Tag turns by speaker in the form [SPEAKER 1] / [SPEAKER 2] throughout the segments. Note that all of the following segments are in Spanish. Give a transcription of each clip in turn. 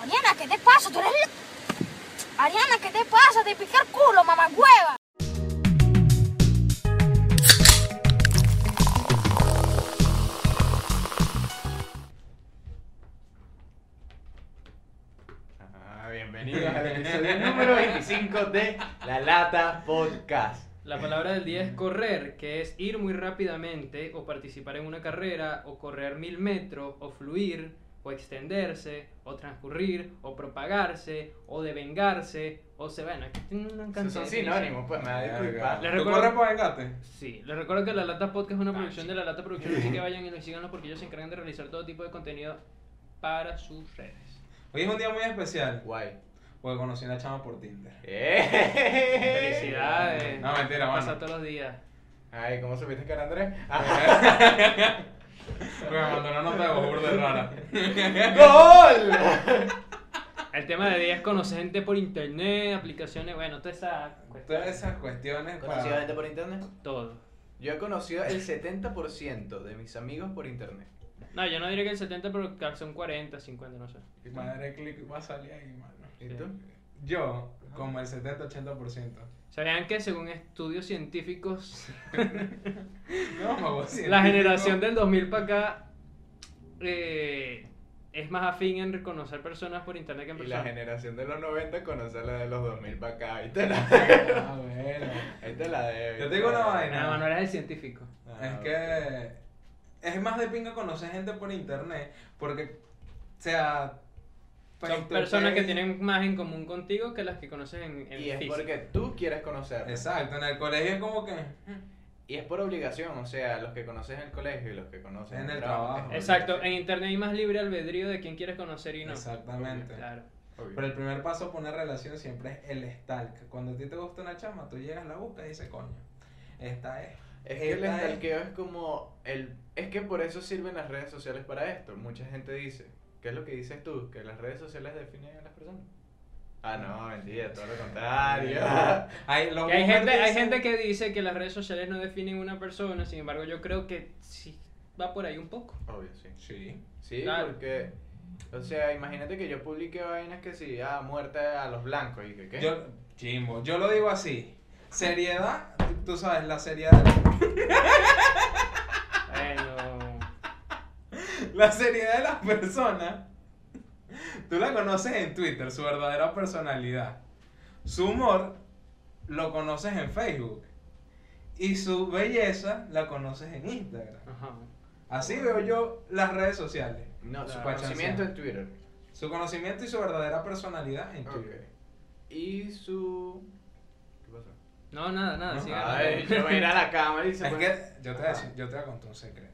[SPEAKER 1] Ariana, ¿qué te pasa? Tú eres la- Ariana, ¿qué te pasa? Te pica el culo, mamá hueva.
[SPEAKER 2] Ah, Bienvenidos al episodio número 25 de La Lata Podcast.
[SPEAKER 3] La palabra del día es correr, que es ir muy rápidamente o participar en una carrera o correr mil metros o fluir o extenderse o transcurrir o propagarse o devengarse o se bueno, aquí tiene una cantidad
[SPEAKER 2] Son
[SPEAKER 3] de
[SPEAKER 2] sinónimos, pues me da disculpa.
[SPEAKER 3] Le
[SPEAKER 4] ¿Tú
[SPEAKER 3] recuerdo-
[SPEAKER 4] corres para vengarte?
[SPEAKER 3] Sí, les recuerdo que La Lata Podcast es una producción de La Lata Producción, así que vayan y los síganlo porque ellos se encargan de realizar todo tipo de contenido para sus redes.
[SPEAKER 4] Hoy es un día muy especial
[SPEAKER 2] Guay.
[SPEAKER 4] porque conocí a una chama por Tinder.
[SPEAKER 2] ¡Eh!
[SPEAKER 3] Felicidades.
[SPEAKER 4] No, mentira,
[SPEAKER 3] Pasa
[SPEAKER 4] mano.
[SPEAKER 3] todos los días.
[SPEAKER 2] Ay, ¿cómo supiste que era Andrés? Ah,
[SPEAKER 4] Porque me mandó una nota de burro de rara.
[SPEAKER 2] ¡Gol!
[SPEAKER 3] El tema de día es conocer gente por internet, aplicaciones, bueno, toda esa
[SPEAKER 4] Todas esas cuestiones
[SPEAKER 2] ¿Conocido
[SPEAKER 4] para...
[SPEAKER 2] gente por internet?
[SPEAKER 3] todo.
[SPEAKER 2] Yo he conocido el 70% de mis amigos por internet.
[SPEAKER 3] No, yo no diría que el 70, pero que son 40, 50, no sé.
[SPEAKER 4] Madre click va a salir ahí, mano.
[SPEAKER 2] ¿Y
[SPEAKER 3] Sí.
[SPEAKER 2] tú?
[SPEAKER 4] Yo, como el 70-80%.
[SPEAKER 3] ¿Sabían que según estudios científicos,
[SPEAKER 4] No, mago,
[SPEAKER 3] la generación del 2000 para acá eh, es más afín en reconocer personas por internet que en
[SPEAKER 2] Y la
[SPEAKER 3] persona?
[SPEAKER 2] generación de los 90 conoce a la de los 2000 para acá. Ahí te la,
[SPEAKER 4] Ah, bueno.
[SPEAKER 2] ahí te la debo.
[SPEAKER 4] Yo te digo una vaina.
[SPEAKER 3] Nada, Manuel es el científico.
[SPEAKER 2] Ah,
[SPEAKER 4] Es
[SPEAKER 2] ok.
[SPEAKER 4] que es más de pinga conocer gente por internet porque, o sea, face
[SPEAKER 3] Son
[SPEAKER 4] to
[SPEAKER 3] personas que
[SPEAKER 4] face-
[SPEAKER 3] tienen más en común contigo que las que conoces en, en
[SPEAKER 2] Y es
[SPEAKER 3] físico.
[SPEAKER 2] porque tú quieres conocerlos.
[SPEAKER 4] Exacto, en el colegio es como que mm,
[SPEAKER 2] Y es por obligación, o sea, los que conoces en el colegio y los que conoces
[SPEAKER 4] En el trabajo.
[SPEAKER 2] es
[SPEAKER 3] Exacto, en
[SPEAKER 2] obligación.
[SPEAKER 3] internet hay más libre albedrío de quién quieres conocer y no.
[SPEAKER 4] Exactamente.
[SPEAKER 3] Claro.
[SPEAKER 2] Obvio.
[SPEAKER 4] Pero el primer paso para una relación siempre es el stalk. Cuando a ti te gusta una chama, tú llegas, la buscas y dices, coño, esta es.
[SPEAKER 2] Es que el
[SPEAKER 4] Esta es-
[SPEAKER 2] stalkeo es como el es que por eso sirven las redes sociales para esto. Mucha gente dice, ¿qué es lo que dices tú? Que las redes sociales definen a las personas. Ah, no, mentira, todo lo contrario.
[SPEAKER 4] Hay, los
[SPEAKER 3] Que hay,
[SPEAKER 4] boomers
[SPEAKER 3] gente, hay
[SPEAKER 4] dicen-
[SPEAKER 3] gente que dice que las redes sociales no definen una persona, sin embargo yo creo que sí va por ahí un poco.
[SPEAKER 2] Obvio, sí.
[SPEAKER 4] Sí.
[SPEAKER 2] Sí,
[SPEAKER 3] Claro.
[SPEAKER 2] porque o sea, imagínate que yo publique vainas que sí, ah, muerte a los blancos y que qué.
[SPEAKER 4] Yo, chimbo, yo lo digo así. Seriedad, tú- tú sabes, la seriedad,
[SPEAKER 3] Bueno,
[SPEAKER 4] la seriedad de las personas. Tú la conoces en Twitter, su verdadera personalidad. Su humor lo conoces en Facebook. Y su belleza la conoces en Instagram.
[SPEAKER 3] ajá.
[SPEAKER 4] Así veo yo las redes sociales.
[SPEAKER 2] no, su
[SPEAKER 3] Claro.
[SPEAKER 2] conocimiento en Twitter.
[SPEAKER 4] Su conocimiento y su verdadera personalidad en Twitter.
[SPEAKER 2] Ok. Y su ¿Qué pasó?
[SPEAKER 3] No, nada, nada,
[SPEAKER 4] No.
[SPEAKER 3] sigue
[SPEAKER 2] Ay,
[SPEAKER 3] hablando.
[SPEAKER 2] yo voy a ir a la cámara y se
[SPEAKER 4] Es
[SPEAKER 2] pone-
[SPEAKER 4] que yo te, voy a decir- yo te voy a contar un secreto.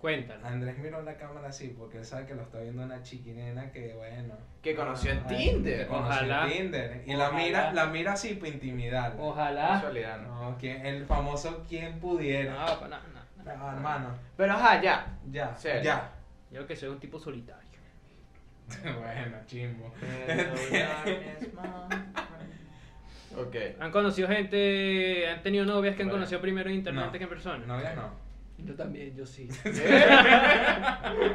[SPEAKER 3] Cuéntanos.
[SPEAKER 4] Andrés miró la cámara así porque él sabe que lo está viendo una chiquinena que, bueno.
[SPEAKER 2] Que conoció en
[SPEAKER 4] ay,
[SPEAKER 2] Tinder.
[SPEAKER 4] que conoció en
[SPEAKER 3] Ojalá.
[SPEAKER 4] Tinder. Y la
[SPEAKER 3] Ojalá.
[SPEAKER 4] mira, la mira así para intimidar.
[SPEAKER 3] Ojalá.
[SPEAKER 2] Casualidad, ¿no?
[SPEAKER 4] No, que el famoso quien pudiera.
[SPEAKER 2] Ah,
[SPEAKER 3] No, pa- no, no, no.
[SPEAKER 4] No, hermano,
[SPEAKER 2] Pero ajá, ya.
[SPEAKER 4] ya,
[SPEAKER 2] Serio.
[SPEAKER 4] ya.
[SPEAKER 3] Yo que soy un tipo solitario.
[SPEAKER 4] bueno, chimbo.
[SPEAKER 2] ok.
[SPEAKER 3] Han conocido gente, han tenido novias que han
[SPEAKER 2] Bueno.
[SPEAKER 3] conocido primero en internet
[SPEAKER 4] No.
[SPEAKER 3] antes que en persona.
[SPEAKER 4] Novias no.
[SPEAKER 3] Yo también, yo sí.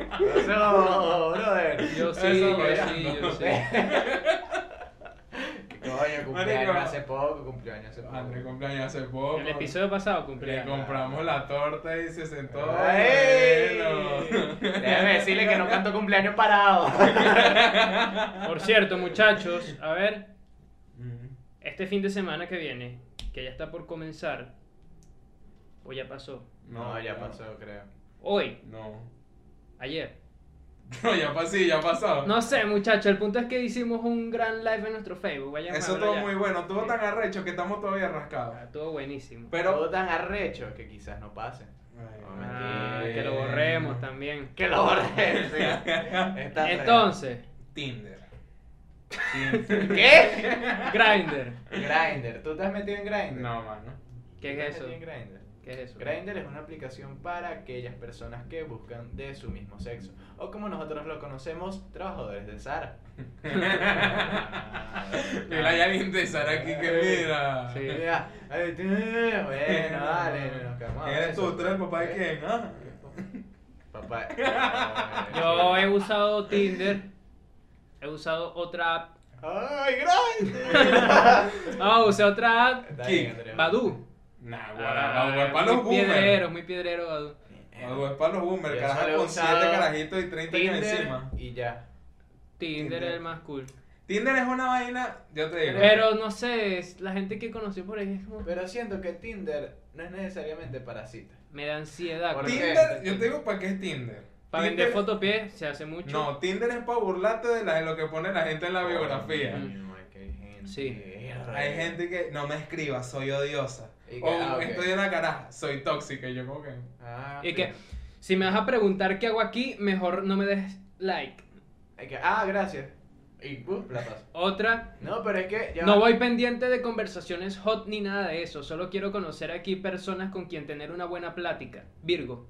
[SPEAKER 2] Eso, brother.
[SPEAKER 3] Yo sí,
[SPEAKER 4] Eso
[SPEAKER 3] yo sí,
[SPEAKER 4] bailando.
[SPEAKER 3] yo sí.
[SPEAKER 2] Coño, cumpleaños
[SPEAKER 4] Marico.
[SPEAKER 2] hace poco, cumpleaños hace poco.
[SPEAKER 4] Andrés cumpleaños hace poco.
[SPEAKER 3] El episodio pasado
[SPEAKER 4] Le
[SPEAKER 3] cumplí.
[SPEAKER 4] compramos la torta y se sentó.
[SPEAKER 2] ¡Ey!
[SPEAKER 4] Bueno.
[SPEAKER 2] Déjame decirle que no canto cumpleaños parado.
[SPEAKER 3] Por cierto, muchachos, a ver,
[SPEAKER 4] Mm.
[SPEAKER 3] Este fin de semana que viene, que ya está por comenzar, o ya pasó,
[SPEAKER 2] No, ya pasó, creo.
[SPEAKER 3] hoy,
[SPEAKER 4] No.
[SPEAKER 3] ayer,
[SPEAKER 4] No, ya pasó, sí, ya pasó.
[SPEAKER 3] no sé muchachos, el punto es que hicimos un gran live en nuestro Facebook, vayan a
[SPEAKER 4] Eso
[SPEAKER 3] verlo
[SPEAKER 4] estuvo
[SPEAKER 3] ya.
[SPEAKER 4] muy bueno, estuvo
[SPEAKER 3] Sí.
[SPEAKER 4] tan arrecho que estamos todavía rascados.
[SPEAKER 3] Ah, Estuvo buenísimo.
[SPEAKER 2] Pero
[SPEAKER 4] Pero.
[SPEAKER 2] tan arrecho que quizás no pase.
[SPEAKER 4] Ay,
[SPEAKER 3] Ah,
[SPEAKER 2] mentira.
[SPEAKER 3] que lo borremos también.
[SPEAKER 2] Que lo borré. sí. Está fregado.
[SPEAKER 3] Entonces,
[SPEAKER 4] Tinder. Tinder.
[SPEAKER 2] ¿Qué?
[SPEAKER 3] Grindr,
[SPEAKER 2] Grindr. ¿Tú te has metido en Grindr?
[SPEAKER 4] No, mano.
[SPEAKER 3] ¿qué
[SPEAKER 2] ¿Tú te
[SPEAKER 3] es
[SPEAKER 2] has
[SPEAKER 3] eso?
[SPEAKER 2] metido en Grindr?
[SPEAKER 3] ¿Qué es eso?
[SPEAKER 2] Grindr es una aplicación para aquellas personas que buscan de su mismo sexo. O como nosotros lo conocemos, trabajadores de Sara.
[SPEAKER 4] Mira, ya alguien de Sara aquí que mira.
[SPEAKER 3] Sí.
[SPEAKER 2] Mira, ay, tú, eh, Bueno, dale, nos quedamos. a
[SPEAKER 4] ¿Eres tú?
[SPEAKER 2] eso.
[SPEAKER 4] ¿Tú eres el papá de quién? ah?
[SPEAKER 2] Papá.
[SPEAKER 3] Yo he usado Tinder He usado otra app.
[SPEAKER 2] ¡Ay, grande!
[SPEAKER 3] Ah, usé otra app.
[SPEAKER 2] Está
[SPEAKER 4] ¿Quién?
[SPEAKER 2] bien, Andrea.
[SPEAKER 3] Badu.
[SPEAKER 4] Nah,
[SPEAKER 3] Ah,
[SPEAKER 4] guarda, es para los
[SPEAKER 3] muy piedrero,
[SPEAKER 4] boomers.
[SPEAKER 3] muy piedrero Badu.
[SPEAKER 4] Badu es para los boomers,
[SPEAKER 2] Yo
[SPEAKER 4] carajo
[SPEAKER 2] solo he
[SPEAKER 4] con 7
[SPEAKER 2] usado
[SPEAKER 4] carajitos y 30 años
[SPEAKER 2] Eh, Tinder
[SPEAKER 4] encima.
[SPEAKER 2] Y ya.
[SPEAKER 3] Tinder
[SPEAKER 4] Tinder.
[SPEAKER 3] es el más cool.
[SPEAKER 4] Tinder es una vaina, yo te digo.
[SPEAKER 3] Pero no sé, es- la gente que conoció por ahí es como.
[SPEAKER 2] Pero siento que Tinder no es necesariamente para citas.
[SPEAKER 3] Me da ansiedad.
[SPEAKER 2] ¿Por
[SPEAKER 3] güey.
[SPEAKER 2] qué?
[SPEAKER 4] Tinder, yo te digo para qué es Tinder.
[SPEAKER 3] Para
[SPEAKER 4] Tinder-
[SPEAKER 3] vender fotopies se hace mucho.
[SPEAKER 4] No, Tinder es para burlarte de, la- de lo que pone la gente en la biografía.
[SPEAKER 3] Mm.
[SPEAKER 2] Coño, es que hay gente-
[SPEAKER 3] Sí.
[SPEAKER 4] Hay gente que no me escriba, soy odiosa.
[SPEAKER 2] Y que-
[SPEAKER 4] o
[SPEAKER 2] ah, ok.
[SPEAKER 4] estoy en la caraja, soy tóxica. Y yo como que.
[SPEAKER 2] Ah,
[SPEAKER 3] Y
[SPEAKER 2] sí.
[SPEAKER 3] que si me vas a preguntar qué hago aquí, mejor no me des like.
[SPEAKER 2] Hay que- Ah, gracias. Y uh, la paso.
[SPEAKER 3] Otra,
[SPEAKER 2] No, pero es que. ya
[SPEAKER 3] no
[SPEAKER 2] va.
[SPEAKER 3] voy pendiente de conversaciones hot ni nada de eso. Solo quiero conocer aquí personas con quien tener una buena plática. Virgo.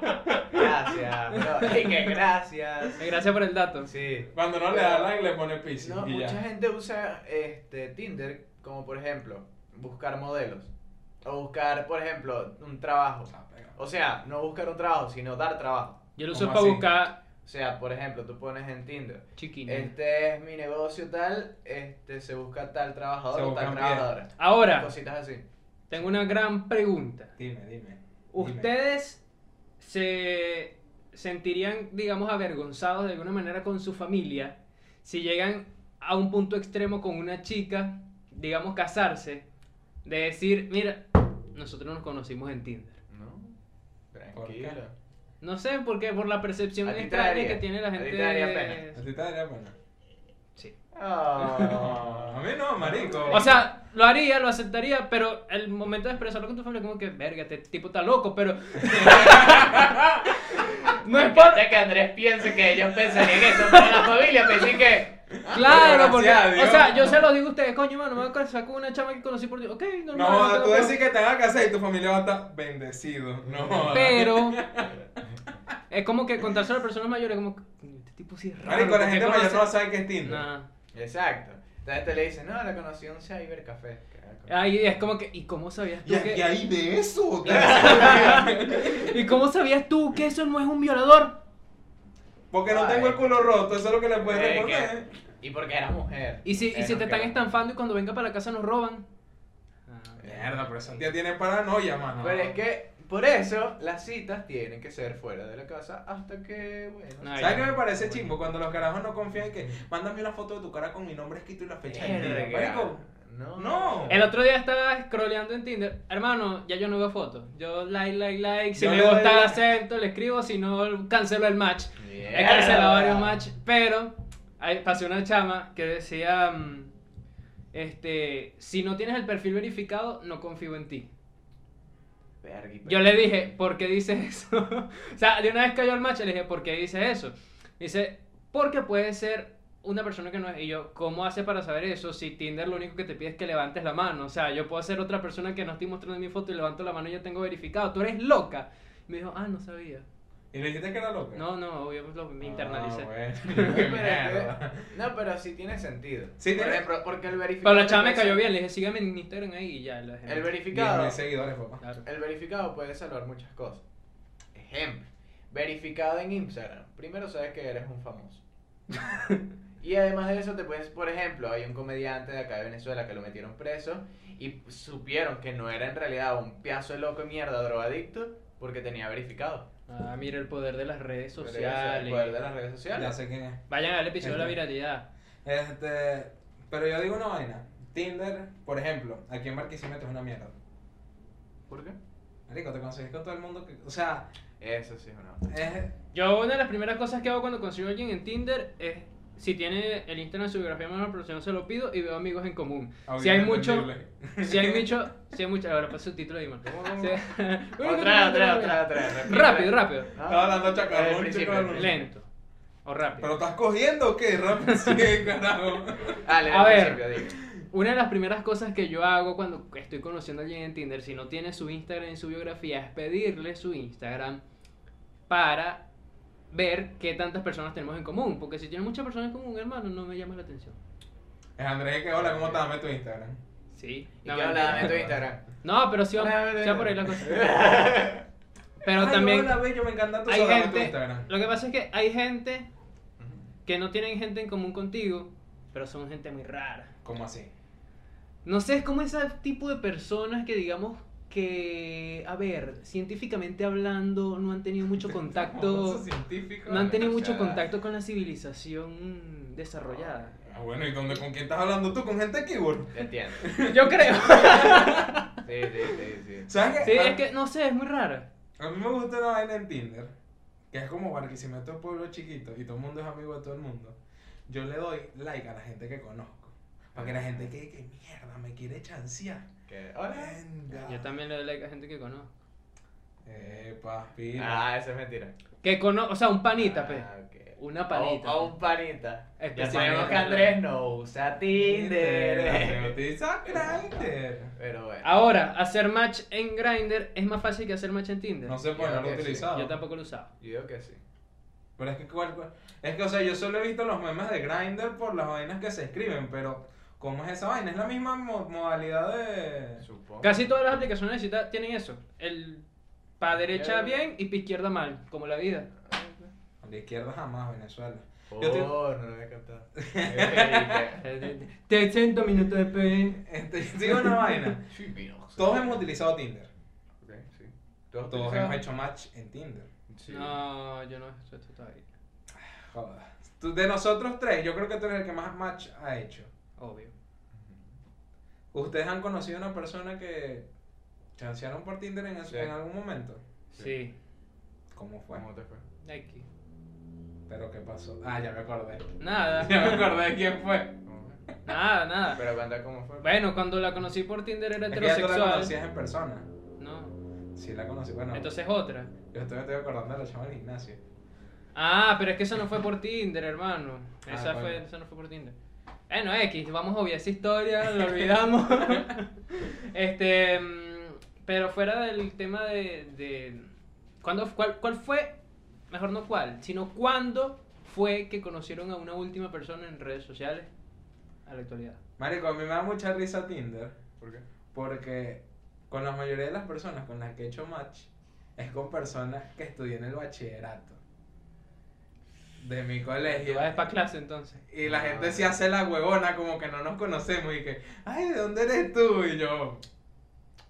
[SPEAKER 2] Gracias. Pero, y que gracias.
[SPEAKER 3] Eh, Gracias por el dato.
[SPEAKER 2] Sí.
[SPEAKER 4] Cuando no le da like, le pone piscis.
[SPEAKER 2] No,
[SPEAKER 4] y
[SPEAKER 2] mucha
[SPEAKER 4] ya.
[SPEAKER 2] gente usa este Tinder como por ejemplo buscar modelos o buscar por ejemplo un trabajo.
[SPEAKER 4] Ah, pega.
[SPEAKER 2] O sea, no buscar un trabajo, sino dar trabajo.
[SPEAKER 3] Yo lo
[SPEAKER 4] ¿Cómo
[SPEAKER 3] uso para
[SPEAKER 4] así?
[SPEAKER 3] buscar
[SPEAKER 2] O sea, por ejemplo, tú pones en Tinder,
[SPEAKER 3] chiquines.
[SPEAKER 4] Eh,
[SPEAKER 2] este es mi negocio tal, este se busca tal trabajador
[SPEAKER 4] Se
[SPEAKER 2] o tal
[SPEAKER 4] buscan
[SPEAKER 2] trabajadora.
[SPEAKER 3] Ahora,
[SPEAKER 4] pues,
[SPEAKER 2] Cositas así.
[SPEAKER 3] tengo una gran pregunta.
[SPEAKER 4] Dime, dime. dime.
[SPEAKER 3] ¿Ustedes se sentirían, digamos, avergonzados de alguna manera con su familia si llegan a un punto extremo con una chica, digamos, casarse, de decir, mira, nosotros nos conocimos en Tinder?
[SPEAKER 2] No.
[SPEAKER 4] ¿Por qué?
[SPEAKER 2] Tranquilo.
[SPEAKER 3] No sé, porque por la percepción
[SPEAKER 2] A ti te
[SPEAKER 3] extraña
[SPEAKER 2] daría-
[SPEAKER 3] que tiene la
[SPEAKER 2] a ti
[SPEAKER 3] gente.
[SPEAKER 2] te daría
[SPEAKER 3] de-
[SPEAKER 4] ¿A ti te daría pena?
[SPEAKER 3] Sí.
[SPEAKER 2] Oh.
[SPEAKER 4] A mí no, marico.
[SPEAKER 3] O sea, lo haría, lo aceptaría, pero el momento de expresarlo con tu familia, como que, verga, este tipo está loco, pero. no es por.
[SPEAKER 2] que Andrés piense que ellos pensarían que son para la familia, pensé que.
[SPEAKER 3] Claro,
[SPEAKER 4] Gracias
[SPEAKER 3] porque,
[SPEAKER 4] a Dios.
[SPEAKER 3] o sea, yo se lo digo a ustedes, coño, mano, me voy a casar con una chama que conocí por ti. Ok, normal.
[SPEAKER 4] no,
[SPEAKER 3] te
[SPEAKER 4] joda,
[SPEAKER 3] lo
[SPEAKER 4] tú
[SPEAKER 3] puedo-
[SPEAKER 4] decís que te vas a casar y tu familia va a estar bendecido. No, joda.
[SPEAKER 3] Pero, es como que contarse a las personas mayores, como, "Coño, este tipo sí es raro.
[SPEAKER 4] Marico, la
[SPEAKER 3] ¿por qué
[SPEAKER 4] gente mayor
[SPEAKER 3] conoce-"
[SPEAKER 4] no va a saber qué es Tinder.
[SPEAKER 3] Nah.
[SPEAKER 2] Exacto. Entonces te le dicen, no, la conocí en un cybercafé.
[SPEAKER 3] Ahí es como que, ¿y cómo sabías tú
[SPEAKER 4] Y aquí
[SPEAKER 3] que.?
[SPEAKER 4] hay de eso.
[SPEAKER 3] ¿Y cómo sabías tú que eso no es un violador?
[SPEAKER 4] Porque no
[SPEAKER 2] Ay.
[SPEAKER 4] tengo el culo roto, eso es lo que le puedes
[SPEAKER 2] Eh,
[SPEAKER 4] responder.
[SPEAKER 2] Y porque eras mujer.
[SPEAKER 3] ¿Y si, y
[SPEAKER 2] Eh,
[SPEAKER 3] si
[SPEAKER 2] no,
[SPEAKER 3] te están
[SPEAKER 2] que-
[SPEAKER 3] estampando y cuando venga para la casa nos roban? Ah,
[SPEAKER 4] Mierda, pero esa tía tiene paranoia, mano.
[SPEAKER 2] Pero es que, por eso, las citas tienen que ser fuera de la casa hasta que, bueno.
[SPEAKER 3] No,
[SPEAKER 4] ¿Sabes
[SPEAKER 3] Ay,
[SPEAKER 4] qué me parece
[SPEAKER 3] bueno.
[SPEAKER 4] chimbo? Cuando los carajos no confían en que mándame una foto de tu cara con mi nombre escrito y la fecha de
[SPEAKER 3] Verga.
[SPEAKER 4] día. Marico,
[SPEAKER 2] No.
[SPEAKER 4] No.
[SPEAKER 3] El otro día estaba scrolleando en Tinder. Hermano, ya yo no veo fotos. Yo like, like, like. Si
[SPEAKER 4] Yo
[SPEAKER 3] me
[SPEAKER 4] le doy
[SPEAKER 3] gusta el
[SPEAKER 4] like.
[SPEAKER 3] acento, le escribo. Si no, cancelo el match.
[SPEAKER 2] Mierda.
[SPEAKER 3] He cancelado varios match. Pero ahí pasé una chama que decía: mm, este, Si no tienes el perfil verificado, no confío en ti.
[SPEAKER 2] Verga, y
[SPEAKER 3] Yo le dije: ¿Por qué dices eso? o sea, de una vez cayó el match, le dije: ¿Por qué dices eso? Dice: Porque puede ser. Una persona que no es. Y yo, ¿cómo hace para saber eso? Si Tinder lo único que te pide es que levantes la mano. O sea, yo puedo ser otra persona que no estoy mostrando mi foto y levanto la mano y ya tengo verificado. Tú eres loca. Me dijo, ah, no sabía.
[SPEAKER 4] ¿Y le dijiste que era loca?
[SPEAKER 3] No, no, obvio, pues, lo- me
[SPEAKER 4] Ah,
[SPEAKER 3] internalicé.
[SPEAKER 4] bueno, qué
[SPEAKER 2] Pero es que-
[SPEAKER 4] mierda.
[SPEAKER 2] No, pero sí tiene sentido.
[SPEAKER 4] Sí
[SPEAKER 2] Por
[SPEAKER 4] tiene-
[SPEAKER 2] ejemplo, porque el verificado.
[SPEAKER 3] Pero la chava me
[SPEAKER 2] puede
[SPEAKER 3] cayó
[SPEAKER 2] sal-
[SPEAKER 3] bien, le dije, sígueme en Instagram ahí y ya. La gente-
[SPEAKER 2] El
[SPEAKER 4] Diez
[SPEAKER 2] verificado.
[SPEAKER 4] mil seguidores, papá.
[SPEAKER 3] Claro.
[SPEAKER 2] El verificado puede salvar muchas cosas. Ejemplo, verificado en Instagram. Primero sabes que eres un famoso. y además de eso te puedes, por ejemplo, hay un comediante de acá de Venezuela que lo metieron preso y supieron que no era en realidad un piazo de loco de mierda drogadicto porque tenía verificado.
[SPEAKER 3] Ah, mira el poder de las redes
[SPEAKER 2] Pero eso,
[SPEAKER 3] sociales.
[SPEAKER 2] El poder de las redes
[SPEAKER 4] Ya
[SPEAKER 2] sociales.
[SPEAKER 4] sé quién es.
[SPEAKER 3] Vayan a ver el episodio de la
[SPEAKER 4] Ajá.
[SPEAKER 3] viralidad.
[SPEAKER 4] Este, pero yo digo una vaina. Tinder, por ejemplo, aquí en Barquisimeto es una mierda.
[SPEAKER 2] ¿Por qué?
[SPEAKER 4] Marico, te consigues con todo el mundo. que- o sea,
[SPEAKER 2] Eso sí es una.
[SPEAKER 4] es,
[SPEAKER 3] Yo una de las primeras cosas que hago cuando consigo a alguien en Tinder es, si tiene el Instagram de su biografía más proporción, se lo pido y veo amigos en común. Si hay mucho, si hay mucho, si hay mucho, ahora pasa el título de Iman. Si-
[SPEAKER 2] Otra, otra, otra, otra. repite.
[SPEAKER 3] Rápido, rápido.
[SPEAKER 2] No,
[SPEAKER 4] Estaba
[SPEAKER 3] Ah,
[SPEAKER 4] hablando chacarrón,
[SPEAKER 2] Al principio, al
[SPEAKER 4] chacarrón.
[SPEAKER 2] principio.
[SPEAKER 3] Lento. O rápido.
[SPEAKER 4] ¿Pero estás cogiendo o qué? Rápido, sí, carajo.
[SPEAKER 2] Dale,
[SPEAKER 3] A
[SPEAKER 2] al
[SPEAKER 3] ver.
[SPEAKER 2] principio, dime.
[SPEAKER 3] Una de las primeras cosas que yo hago cuando estoy conociendo a alguien en Tinder, si no tiene su Instagram en su biografía, es pedirle su Instagram para ver qué tantas personas tenemos en común. Porque si tiene muchas personas en común, hermano, no me llama la atención.
[SPEAKER 4] Es Andrés, que hola, ¿cómo estás? Dame tu Instagram.
[SPEAKER 3] Sí.
[SPEAKER 2] ¿Y
[SPEAKER 3] No,
[SPEAKER 2] qué habla?
[SPEAKER 3] mentira.
[SPEAKER 2] Dame tu Instagram.
[SPEAKER 3] No, pero sí, va- sí va por ahí la cosa. Pero
[SPEAKER 4] Ay,
[SPEAKER 3] también
[SPEAKER 4] hola, bello, me encanta tu
[SPEAKER 3] hay
[SPEAKER 4] soda, dame tu
[SPEAKER 3] gente.
[SPEAKER 4] Instagram.
[SPEAKER 3] Lo que pasa es que hay gente
[SPEAKER 2] Ujú.
[SPEAKER 3] que no tienen gente en común contigo, pero son gente muy rara.
[SPEAKER 4] ¿Cómo así?
[SPEAKER 3] No sé, es como ese tipo de personas que digamos que, a ver, científicamente hablando, no han tenido mucho
[SPEAKER 4] Famoso
[SPEAKER 3] contacto,
[SPEAKER 4] científico.
[SPEAKER 3] no han tenido
[SPEAKER 4] O
[SPEAKER 3] mucho
[SPEAKER 4] sea,
[SPEAKER 3] contacto con la civilización desarrollada.
[SPEAKER 4] Ah, bueno, ¿y dónde, con quién estás hablando tú? ¿Con gente de keyboard?
[SPEAKER 2] Te entiendo.
[SPEAKER 3] Yo creo.
[SPEAKER 2] Sí, sí, sí, sí.
[SPEAKER 4] ¿Sabes
[SPEAKER 3] Sí,
[SPEAKER 4] qué? Ah, A-
[SPEAKER 3] es que no sé, es muy rara.
[SPEAKER 4] A mí me gusta una vaina en Tinder, que es como Barquisimeto es pueblo chiquito y todo el mundo es amigo de todo el mundo. Yo le doy like a la gente que conozco. Para que la gente que, que mierda, me quiere chancear.
[SPEAKER 2] Que- Hola.
[SPEAKER 4] Venga.
[SPEAKER 3] Yo también le doy like a gente que conozco.
[SPEAKER 4] Epa, pila.
[SPEAKER 2] Ah, eso es mentira.
[SPEAKER 3] Que conozco, o sea, un panita, pe.
[SPEAKER 2] Ah, ok.
[SPEAKER 3] Una panita.
[SPEAKER 2] A un, a un panita. Ya
[SPEAKER 3] Especialmente.
[SPEAKER 2] sabemos que Andrés no usa
[SPEAKER 4] Se
[SPEAKER 2] Tinder.
[SPEAKER 4] utiliza Grindr.
[SPEAKER 2] Pero bueno.
[SPEAKER 3] Ahora, hacer match en Grindr es más fácil que hacer match en Tinder.
[SPEAKER 4] No sé por qué no lo
[SPEAKER 2] Yo
[SPEAKER 4] he
[SPEAKER 2] que sí.
[SPEAKER 4] utilizado.
[SPEAKER 3] Yo tampoco lo usaba.
[SPEAKER 2] Yo digo que sí.
[SPEAKER 4] Pero es que, cuál- cuál- es que, o sea, yo solo he visto los memes de Grindr por las vainas que se escriben, pero ¿cómo es esa vaina? Es la misma mo- modalidad de...
[SPEAKER 2] Supongo.
[SPEAKER 3] Casi todas las aplicaciones de cita tienen eso. El pa derecha bien y pa izquierda mal, como la vida.
[SPEAKER 4] De izquierda jamás, Venezuela.
[SPEAKER 2] Oh,
[SPEAKER 4] Yo te-
[SPEAKER 2] no lo había captado. Eh,
[SPEAKER 3] Te siento minutos de pe.
[SPEAKER 4] Este, digo una vaina.
[SPEAKER 2] sí, vino.
[SPEAKER 4] Todos hemos utilizado Tinder.
[SPEAKER 2] Ok, sí.
[SPEAKER 4] Todos hemos hecho match en Tinder.
[SPEAKER 2] Sí.
[SPEAKER 3] No, yo no he hecho esto todavía.
[SPEAKER 4] Joda. Tú- de nosotros tres, yo creo que tú eres el que más match ha hecho.
[SPEAKER 3] Obvio.
[SPEAKER 4] ¿Ustedes han conocido a una persona que chancearon por Tinder en,
[SPEAKER 2] Sí.
[SPEAKER 4] en algún momento?
[SPEAKER 3] Sí.
[SPEAKER 4] ¿Cómo fue?
[SPEAKER 2] ¿Cómo te fue?
[SPEAKER 3] X.
[SPEAKER 4] ¿Pero qué pasó? Ah, ya me acordé.
[SPEAKER 3] Nada.
[SPEAKER 4] Ya me acordé de quién fue.
[SPEAKER 2] ¿Cómo fue?
[SPEAKER 3] Nada, nada.
[SPEAKER 2] Pero cuenta cómo fue.
[SPEAKER 3] Ah. Bueno, cuando la conocí por Tinder era
[SPEAKER 4] Es que ya tú la
[SPEAKER 3] heterosexual.
[SPEAKER 4] conocías en persona.
[SPEAKER 3] No.
[SPEAKER 4] Sí, la conocí. Bueno,
[SPEAKER 3] Entonces otra.
[SPEAKER 4] yo estoy, estoy acordando de la chama del gimnasio.
[SPEAKER 3] Ah, pero es que eso no fue por Tinder, hermano.
[SPEAKER 4] Ah,
[SPEAKER 3] Esa
[SPEAKER 4] coño.
[SPEAKER 3] fue, eso no fue por Tinder. Bueno, X, vamos a obviar esa historia, la olvidamos. este, mm, pero fuera del tema de, de ¿cuándo, cuál, cuál fue, mejor no cuál, sino cuándo fue que conocieron a una última persona en redes sociales a la actualidad.
[SPEAKER 4] Marico, a mí me da mucha risa Tinder
[SPEAKER 2] ¿Por qué?
[SPEAKER 4] porque con la mayoría de las personas con las que he hecho match es con personas que estudié en el bachillerato de mi
[SPEAKER 2] Eh,
[SPEAKER 3] ¿Tú
[SPEAKER 4] colegio.
[SPEAKER 3] vas para clase entonces?
[SPEAKER 4] Y la gente
[SPEAKER 2] Ah.
[SPEAKER 4] se hace la huevona como que no nos conocemos y que, ay, ¿de dónde eres tú? Y yo,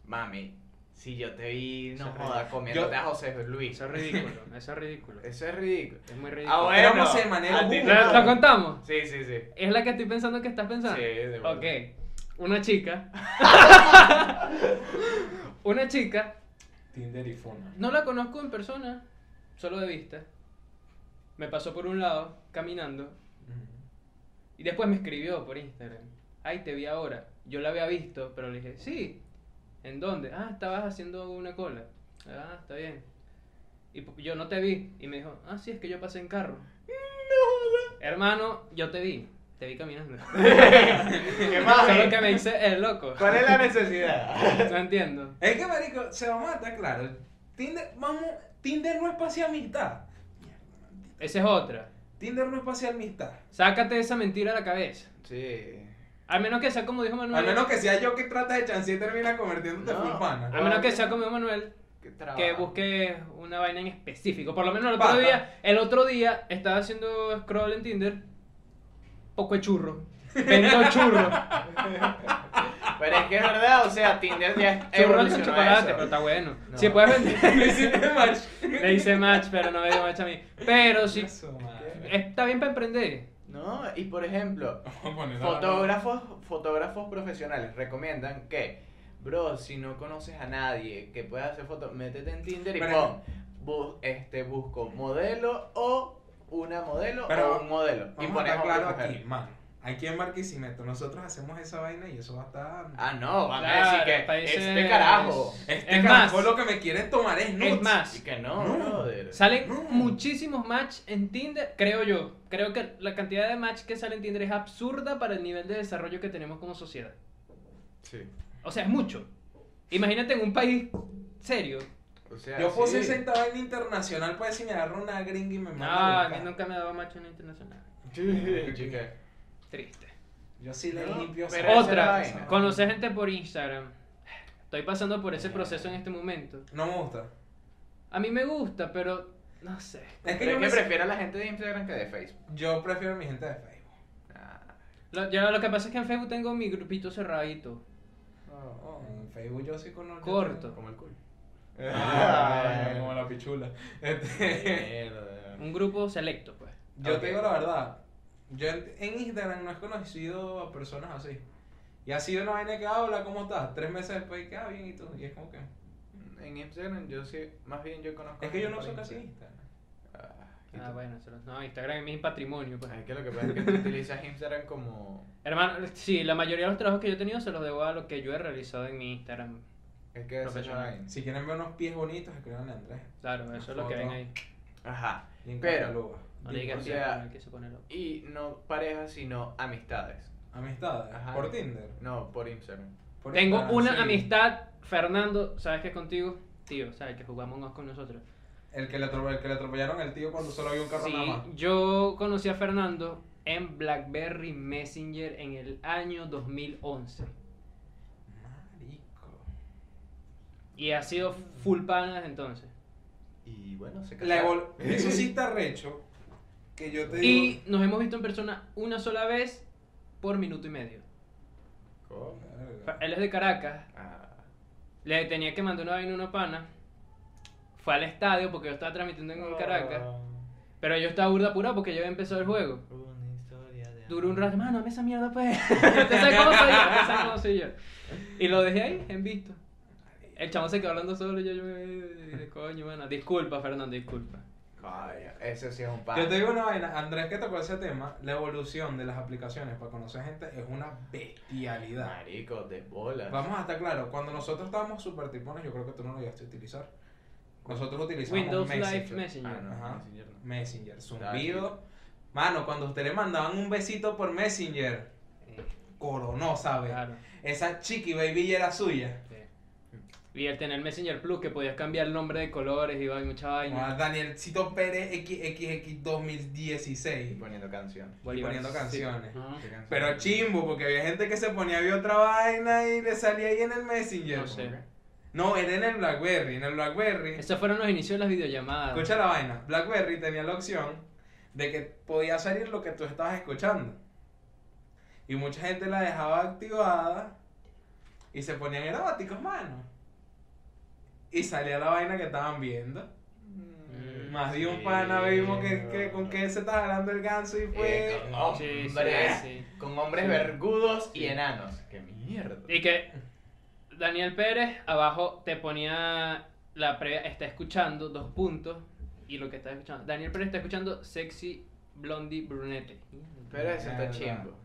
[SPEAKER 2] Mami, si yo te vi, no
[SPEAKER 3] Eso es
[SPEAKER 2] jodas, comiéndote a José Luis.
[SPEAKER 3] Eso es ridículo, eso es ridículo.
[SPEAKER 2] Eso es ridículo.
[SPEAKER 3] Es muy ridículo.
[SPEAKER 2] Ah,
[SPEAKER 4] Pero
[SPEAKER 2] bueno.
[SPEAKER 4] no sé, manejo
[SPEAKER 2] a ti
[SPEAKER 4] Google.
[SPEAKER 2] te-
[SPEAKER 3] ¿Lo, lo contamos?
[SPEAKER 2] Sí, sí, sí.
[SPEAKER 3] ¿Es la que estoy pensando que estás pensando?
[SPEAKER 2] Sí, de verdad.
[SPEAKER 3] Ok, una chica. una chica,
[SPEAKER 4] Tinder y Fona.
[SPEAKER 3] no la conozco en persona, solo de vista. Me pasó por un lado, caminando, y después me escribió por Instagram. Ay, te vi ahora. Yo la había visto, pero le dije, sí. ¿En dónde? Ah, estabas haciendo una cola. Ah, está bien. Y p- yo no te vi. Y me dijo, ah, sí, es que yo pasé en carro. Hermano, yo te vi. Te vi caminando.
[SPEAKER 2] ¿Qué más?
[SPEAKER 3] Solo que me dice el loco.
[SPEAKER 2] ¿Cuál es la necesidad?
[SPEAKER 3] No entiendo.
[SPEAKER 4] Es que, marico, se va a matar, claro. Tinder, vamos, Tinder no es para hacer amistad.
[SPEAKER 3] Esa es otra.
[SPEAKER 4] Tinder no es para hacer amistad.
[SPEAKER 3] Sácate esa mentira de la cabeza.
[SPEAKER 2] Sí.
[SPEAKER 3] Al menos que sea como dijo Manuel.
[SPEAKER 4] Al menos que sea yo que trata de chancear y termina convirtiéndote en
[SPEAKER 2] No.
[SPEAKER 4] full pana.
[SPEAKER 3] al menos que sea como dijo Manuel,
[SPEAKER 2] Qué trabajo.
[SPEAKER 3] que busque una vaina en específico. Por lo menos el otro
[SPEAKER 4] Ah. Pata.
[SPEAKER 3] día, el otro día estaba haciendo scroll en Tinder. Poco de churro. Vendo churro.
[SPEAKER 2] Pero es que es verdad, o sea, Tinder ya
[SPEAKER 3] churro con
[SPEAKER 2] evolucionó a
[SPEAKER 3] chocolate,
[SPEAKER 2] eso.
[SPEAKER 3] pero está bueno.
[SPEAKER 2] No.
[SPEAKER 3] Si puedes vender.
[SPEAKER 4] Me hiciste match.
[SPEAKER 3] Le hice match, pero no me dio match a mí. Pero sí,
[SPEAKER 4] Eso, madre.
[SPEAKER 3] está bien para emprender.
[SPEAKER 2] No, y por ejemplo,
[SPEAKER 4] Vamos a poner la-
[SPEAKER 2] Fotógrafos, fotógrafos profesionales recomiendan que, bro, si no conoces a nadie que pueda hacer fotos, métete en Tinder y
[SPEAKER 4] Pero-
[SPEAKER 2] pon, bu- este, busco modelo o una modelo
[SPEAKER 4] Pero
[SPEAKER 2] o un modelo.
[SPEAKER 4] Vamos a
[SPEAKER 2] pones
[SPEAKER 4] estar claro
[SPEAKER 2] hombre y
[SPEAKER 4] aquí,
[SPEAKER 2] mujer.
[SPEAKER 4] mano. Aquí en Barquisimeto, nosotros hacemos esa vaina y eso va a estar.
[SPEAKER 2] Ah, no, van
[SPEAKER 3] Claro,
[SPEAKER 2] a decir que
[SPEAKER 3] países-
[SPEAKER 2] este carajo.
[SPEAKER 4] este
[SPEAKER 3] es
[SPEAKER 4] carajo
[SPEAKER 3] más.
[SPEAKER 4] lo que me quieren tomar es nudes.
[SPEAKER 3] Es más,
[SPEAKER 2] Y que no,
[SPEAKER 4] No.
[SPEAKER 2] brother.
[SPEAKER 3] Salen
[SPEAKER 4] No.
[SPEAKER 3] muchísimos match en Tinder, creo yo. Creo que la cantidad de match que sale en Tinder es absurda para el nivel de desarrollo que tenemos como sociedad.
[SPEAKER 2] Sí.
[SPEAKER 3] O sea, es mucho. Imagínate en un país serio.
[SPEAKER 2] O sea,
[SPEAKER 4] Yo puse
[SPEAKER 2] sí.
[SPEAKER 4] esa vaina internacional para decir, me agarro una gringa y me mando
[SPEAKER 3] Ah,
[SPEAKER 4] a
[SPEAKER 3] a mí
[SPEAKER 4] buscar.
[SPEAKER 3] nunca me daba match en internacional.
[SPEAKER 2] Sí, chica.
[SPEAKER 3] Triste.
[SPEAKER 4] Yo sí le
[SPEAKER 2] No,
[SPEAKER 4] limpio
[SPEAKER 2] pero esa
[SPEAKER 4] esa
[SPEAKER 2] es la
[SPEAKER 3] Otra,
[SPEAKER 2] vaina.
[SPEAKER 3] conocer
[SPEAKER 4] Eh.
[SPEAKER 3] gente por Instagram. Estoy pasando por ese proceso en este momento.
[SPEAKER 4] No me gusta.
[SPEAKER 3] A mí me gusta, pero no sé.
[SPEAKER 4] Es que
[SPEAKER 2] Pero
[SPEAKER 4] yo,
[SPEAKER 2] es que
[SPEAKER 4] me-
[SPEAKER 2] prefiero a la gente de Instagram que de Facebook.
[SPEAKER 4] yo prefiero a mi gente de Facebook.
[SPEAKER 2] Ah,
[SPEAKER 3] Lo, yo- lo que pasa es que en Facebook tengo mi grupito cerradito.
[SPEAKER 2] oh,
[SPEAKER 4] En Facebook yo sí conozco.
[SPEAKER 2] oh,
[SPEAKER 3] Corto.
[SPEAKER 2] Como el culo.
[SPEAKER 4] Ah, como la pichula. Este,
[SPEAKER 2] Mierda.
[SPEAKER 3] Un grupo selecto, pues.
[SPEAKER 4] Yo
[SPEAKER 2] Ok.
[SPEAKER 4] te digo la verdad. Yo en, en Instagram no he conocido a personas así. Y ha sido una vaina que habla, ¿cómo estás? Tres meses después, que ah, bien y tú. Y es como que.
[SPEAKER 2] En Instagram yo sí, más bien yo conozco.
[SPEAKER 4] Es que yo no
[SPEAKER 2] gente
[SPEAKER 4] uso
[SPEAKER 2] por
[SPEAKER 4] casi
[SPEAKER 2] Instagram.
[SPEAKER 4] Instagram.
[SPEAKER 2] Ah, ¿y
[SPEAKER 3] Ah,
[SPEAKER 2] tú?
[SPEAKER 3] bueno, se lo- no, Instagram es mi patrimonio, pues.
[SPEAKER 2] Ah, Es que lo que pasa es que tú utilizas Instagram como.
[SPEAKER 3] Hermano, sí, la mayoría de los trabajos que yo he tenido se los debo a lo que yo he realizado en mi Instagram.
[SPEAKER 2] Es que esa es la
[SPEAKER 3] Profesional.
[SPEAKER 2] vaina.
[SPEAKER 4] Si quieren ver unos pies bonitos, escriban a Andrés.
[SPEAKER 3] Claro, eso es lo que ven ahí.
[SPEAKER 2] Ajá.
[SPEAKER 4] Y en
[SPEAKER 2] Pero-
[SPEAKER 4] Cataluba.
[SPEAKER 3] No le digas
[SPEAKER 2] O
[SPEAKER 3] bien,
[SPEAKER 2] sea-
[SPEAKER 3] no quise ponerlo.
[SPEAKER 2] Y no parejas, sino amistades.
[SPEAKER 4] Amistades.
[SPEAKER 2] Ajá.
[SPEAKER 4] Por Tinder.
[SPEAKER 2] No, por Instagram.
[SPEAKER 4] Por
[SPEAKER 3] Tengo
[SPEAKER 4] Instagram,
[SPEAKER 3] una
[SPEAKER 4] sí.
[SPEAKER 3] amistad, Fernando, ¿sabes qué es contigo? Tío, ¿sabes que jugamos más con nosotros?
[SPEAKER 4] El que, le atrope- el que le atropellaron al tío cuando solo había un carro
[SPEAKER 3] Sí,
[SPEAKER 4] nada más.
[SPEAKER 3] yo conocí a Fernando en BlackBerry Messenger en el año 2011.
[SPEAKER 4] Marico.
[SPEAKER 3] Y ha sido full pana desde entonces.
[SPEAKER 2] Y bueno, se
[SPEAKER 4] La
[SPEAKER 2] casaron.
[SPEAKER 4] evol- Eso sí está recho. Que yo te digo.
[SPEAKER 3] Y nos hemos visto en persona una sola vez por minuto y medio.
[SPEAKER 2] ¿Cómo?
[SPEAKER 3] Fa- Él es de Caracas,
[SPEAKER 2] Ah.
[SPEAKER 3] le tenía que mandar una vaina a una pana. Fue al estadio porque yo estaba transmitiendo en
[SPEAKER 4] Ah.
[SPEAKER 3] Caracas. Pero yo estaba burda apurado porque yo había empezado el juego.
[SPEAKER 2] Una historia de
[SPEAKER 3] Duró un
[SPEAKER 2] amor.
[SPEAKER 3] rato, mano, dame esa mierda, pues. ¿Te sabes cómo soy yo? ¿Te sabes cómo soy yo? Y lo dejé ahí, en visto. El chamo se quedó hablando solo y yo, yo me... Coño, mano. Disculpa, Fernando, disculpa.
[SPEAKER 2] Coño, ese sí es un pan.
[SPEAKER 4] Yo te digo una vaina, Andrés que tocó ese tema, la evolución de las aplicaciones para conocer gente es una bestialidad.
[SPEAKER 2] Marico, de bolas.
[SPEAKER 4] Vamos a estar claros, cuando nosotros estábamos super tipones, yo creo que tú no lo llegaste a utilizar. Nosotros utilizamos
[SPEAKER 3] Windows
[SPEAKER 4] Messenger.
[SPEAKER 3] Live Messenger.
[SPEAKER 2] Ah, no,
[SPEAKER 4] Ajá.
[SPEAKER 2] Messenger no.
[SPEAKER 4] Messenger,
[SPEAKER 2] Dale.
[SPEAKER 4] zumbido. Mano, cuando ustedes le mandaban un besito por Messenger,
[SPEAKER 3] Eh,
[SPEAKER 4] coronó, ¿sabes?
[SPEAKER 3] claro.
[SPEAKER 4] Esa chiqui baby ya era suya.
[SPEAKER 3] eh. Y el tener Messenger Plus, que podías cambiar el nombre de colores y va- y mucha
[SPEAKER 4] Ah,
[SPEAKER 3] vaina.
[SPEAKER 4] Danielcito Pérez XXX 2016.
[SPEAKER 2] Y poniendo canción.
[SPEAKER 3] Bolívar,
[SPEAKER 4] poniendo
[SPEAKER 3] sí.
[SPEAKER 4] canciones.
[SPEAKER 3] Ajá.
[SPEAKER 2] ¿Qué canción?
[SPEAKER 4] Pero chimbo, porque había gente que se ponía a ver otra vaina y le salía ahí en el Messenger.
[SPEAKER 3] No sé.
[SPEAKER 4] No, era en el Blackberry. En el Blackberry.
[SPEAKER 3] Esos fueron los inicios de las videollamadas.
[SPEAKER 4] Escucha la vaina. Blackberry tenía la opción de que podía salir lo que tú estabas escuchando. Y mucha gente la dejaba activada y se ponían eróticos, mano. Y salía la vaina que estaban viendo.
[SPEAKER 2] Mm,
[SPEAKER 4] Más de un
[SPEAKER 2] sí.
[SPEAKER 4] pana vimos que, que- con qué se estaba jalando el ganso y fue.
[SPEAKER 2] Eh, con hombres,
[SPEAKER 3] Sí, sí, sí.
[SPEAKER 2] con hombres
[SPEAKER 3] Sí.
[SPEAKER 2] vergudos y
[SPEAKER 3] Sí.
[SPEAKER 2] enanos. Qué mierda.
[SPEAKER 3] Y que Daniel Pérez abajo te ponía la previa, está escuchando dos puntos y lo que está escuchando. Daniel Pérez está escuchando sexy blondie brunette.
[SPEAKER 2] Pero eso está
[SPEAKER 4] Mierda.
[SPEAKER 2] chimbo.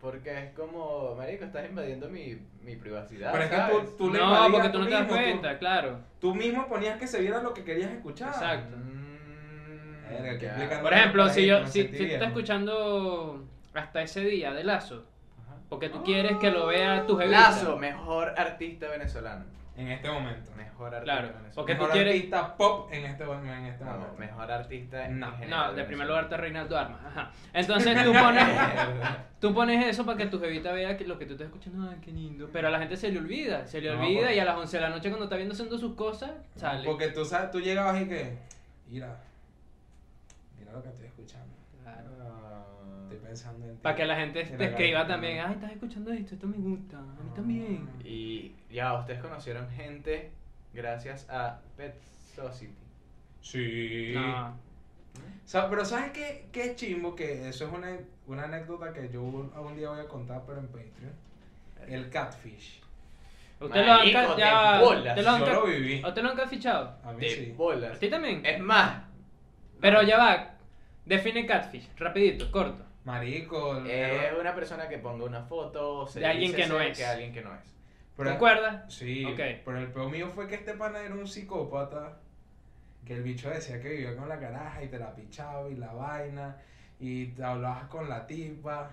[SPEAKER 2] Porque es como, marico, estás invadiendo mi, mi privacidad.
[SPEAKER 4] Pero es que
[SPEAKER 2] ¿sabes?
[SPEAKER 4] tú- tú le
[SPEAKER 3] no,
[SPEAKER 4] invadías
[SPEAKER 3] porque
[SPEAKER 4] tú
[SPEAKER 3] tú no te das
[SPEAKER 4] mismo, tú.
[SPEAKER 3] cuenta, claro.
[SPEAKER 4] Tú mismo ponías que se viera lo que querías escuchar.
[SPEAKER 3] Exacto.
[SPEAKER 2] Mm,
[SPEAKER 4] Verga, que
[SPEAKER 2] ya.
[SPEAKER 4] explican-
[SPEAKER 3] Por ejemplo, si yo
[SPEAKER 4] Me
[SPEAKER 3] si,
[SPEAKER 4] sentí
[SPEAKER 3] si tú
[SPEAKER 4] bien,
[SPEAKER 3] estás
[SPEAKER 4] ¿no?
[SPEAKER 3] escuchando hasta ese día de Lazo,
[SPEAKER 2] Ajá.
[SPEAKER 3] porque tú quieres que lo vea tu jevita.
[SPEAKER 2] Lazo, mejor artista venezolano.
[SPEAKER 4] En este momento.
[SPEAKER 2] Mejor artista
[SPEAKER 3] Claro,
[SPEAKER 2] venezolano.
[SPEAKER 3] porque tú
[SPEAKER 4] Mejor
[SPEAKER 3] quieres-
[SPEAKER 4] artista pop en este, en este
[SPEAKER 2] No,
[SPEAKER 4] momento.
[SPEAKER 2] mejor artista en
[SPEAKER 4] No,
[SPEAKER 3] No,
[SPEAKER 2] general
[SPEAKER 3] de primer
[SPEAKER 2] venezolano.
[SPEAKER 3] lugar está Reinaldo Armas. Ajá. Entonces tú pones
[SPEAKER 2] Mierda.
[SPEAKER 3] Tú pones eso para que tu jevita vea que lo que tú estás escuchando, ay, qué lindo. Pero a la gente se le olvida, se le
[SPEAKER 4] No,
[SPEAKER 3] olvida
[SPEAKER 4] porque-
[SPEAKER 3] y a las 11 de la noche cuando está viendo haciendo sus cosas, sale.
[SPEAKER 4] Porque tú sabes, tú llegabas y que, mira, mira lo que estoy escuchando. Estoy pensando en ti.
[SPEAKER 3] Para que la gente te
[SPEAKER 4] En la
[SPEAKER 3] escriba
[SPEAKER 4] cabeza,
[SPEAKER 3] también,
[SPEAKER 4] ¿no?
[SPEAKER 3] ay, estás escuchando esto, esto me gusta, a mí también.
[SPEAKER 2] Y ya, ustedes conocieron gente gracias a Pet Society.
[SPEAKER 4] Sí.
[SPEAKER 3] No,
[SPEAKER 4] O sea, pero ¿sabes qué, qué chimbo? Que eso es una, una anécdota que yo un, algún día voy a contar, pero en Patreon. El catfish.
[SPEAKER 3] ustedes lo han,
[SPEAKER 2] Marico,
[SPEAKER 3] ca-
[SPEAKER 2] de
[SPEAKER 3] ya,
[SPEAKER 2] bolas,
[SPEAKER 3] ustedes lo
[SPEAKER 4] Yo
[SPEAKER 3] han ca-
[SPEAKER 4] lo viví.
[SPEAKER 3] ustedes lo han fichado.
[SPEAKER 4] A mí
[SPEAKER 2] De
[SPEAKER 4] sí.
[SPEAKER 3] A
[SPEAKER 2] bolas.
[SPEAKER 3] ti también.
[SPEAKER 2] Es más,
[SPEAKER 3] Pero ya va, define catfish, rapidito, corto.
[SPEAKER 4] Marico. el-
[SPEAKER 3] Eh,
[SPEAKER 2] es una persona que ponga una foto se
[SPEAKER 3] De alguien
[SPEAKER 2] dice
[SPEAKER 3] que no
[SPEAKER 2] ser
[SPEAKER 3] es.
[SPEAKER 2] Que alguien que no es.
[SPEAKER 4] pero-
[SPEAKER 3] ¿Recuerdas?
[SPEAKER 4] Sí,
[SPEAKER 3] Ok.
[SPEAKER 4] pero el peor mío fue que este pana era un psicópata. Que el bicho decía que vivía con la caraja y te la pichaba y la vaina. Y te hablabas con la tipa.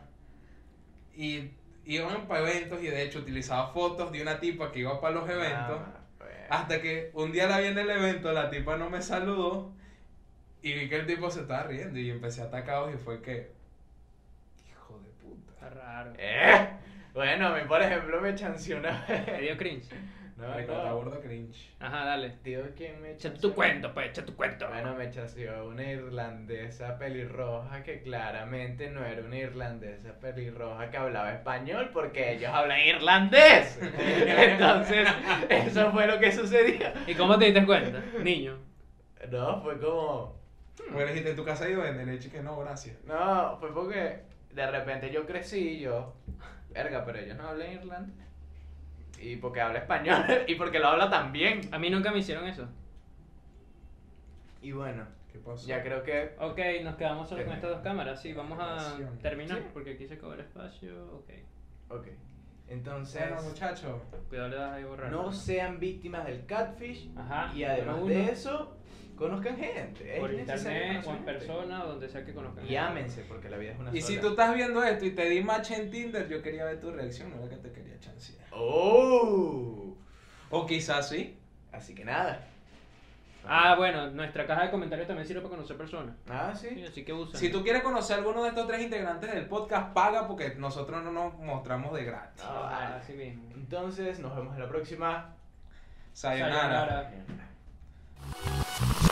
[SPEAKER 4] Y iban para eventos y de hecho utilizaba fotos de una tipa que iba para los eventos.
[SPEAKER 2] Ah, bueno.
[SPEAKER 4] Hasta que un día la vi en el evento, la tipa no me saludó. Y vi que el tipo se estaba riendo y empecé a atacarlos y fue que. Hijo de puta.
[SPEAKER 3] Está raro.
[SPEAKER 2] Eh, Bueno, a mí por ejemplo me chanció una
[SPEAKER 3] Me
[SPEAKER 2] vez.
[SPEAKER 3] dio cringe.
[SPEAKER 2] No,
[SPEAKER 4] Recorta
[SPEAKER 2] no.
[SPEAKER 4] burdo cringe.
[SPEAKER 3] Ajá, dale.
[SPEAKER 2] Tío, ¿quién me
[SPEAKER 3] Echa
[SPEAKER 2] echó
[SPEAKER 3] tu cuento, pues, echa tu cuento.
[SPEAKER 2] Bueno, me chaseó una irlandesa pelirroja que claramente no era una irlandesa pelirroja que hablaba español porque ellos hablan irlandés. Entonces, eso fue lo que sucedió.
[SPEAKER 3] ¿Y cómo te diste cuenta, niño?
[SPEAKER 2] No, fue como...
[SPEAKER 4] Bueno, dijiste, en tu casa yo venden leche que no, gracias.
[SPEAKER 2] No, fue porque de repente yo crecí y yo... Verga, pero ellos no hablan irlandés. Y porque habla español y porque lo habla tan bien.
[SPEAKER 3] A mí nunca me hicieron eso.
[SPEAKER 2] Y bueno,
[SPEAKER 4] ¿Qué pasó?
[SPEAKER 2] ya creo que...
[SPEAKER 3] Ok, nos quedamos solo con estas dos cámaras. Sí, vamos a
[SPEAKER 4] Relación.
[SPEAKER 3] terminar
[SPEAKER 2] Eh. Sí.
[SPEAKER 3] porque aquí se acabó el espacio. Ok.
[SPEAKER 2] Ok. Entonces...
[SPEAKER 4] Bueno, muchachos.
[SPEAKER 3] Cuidado, le das ahí a borrar.
[SPEAKER 2] no sean víctimas del catfish
[SPEAKER 3] Ajá.
[SPEAKER 2] y además
[SPEAKER 3] número
[SPEAKER 2] de
[SPEAKER 3] uno,
[SPEAKER 2] eso conozcan gente es
[SPEAKER 3] por
[SPEAKER 2] necesario
[SPEAKER 3] internet o
[SPEAKER 2] conocer
[SPEAKER 3] en
[SPEAKER 2] gente.
[SPEAKER 3] persona o donde sea que conozcan.
[SPEAKER 2] y ámense porque la vida es una
[SPEAKER 4] Y
[SPEAKER 2] sola
[SPEAKER 4] si tú estás viendo esto y te di match en Tinder, yo quería ver tu reacción, no era que te quería chancear.
[SPEAKER 2] oh
[SPEAKER 4] O quizás sí.
[SPEAKER 2] así que nada
[SPEAKER 3] Ah, bueno, nuestra caja de comentarios también sirve para conocer personas.
[SPEAKER 2] ah
[SPEAKER 3] Sí,
[SPEAKER 2] sí
[SPEAKER 3] así que usan.
[SPEAKER 4] Si tú quieres conocer a alguno de estos tres integrantes del podcast, paga porque nosotros no nos mostramos de gratis.
[SPEAKER 2] Ah, vale.
[SPEAKER 3] así mismo.
[SPEAKER 2] entonces nos vemos en la próxima
[SPEAKER 3] Ah.
[SPEAKER 4] Sayonara.
[SPEAKER 3] Sayonara.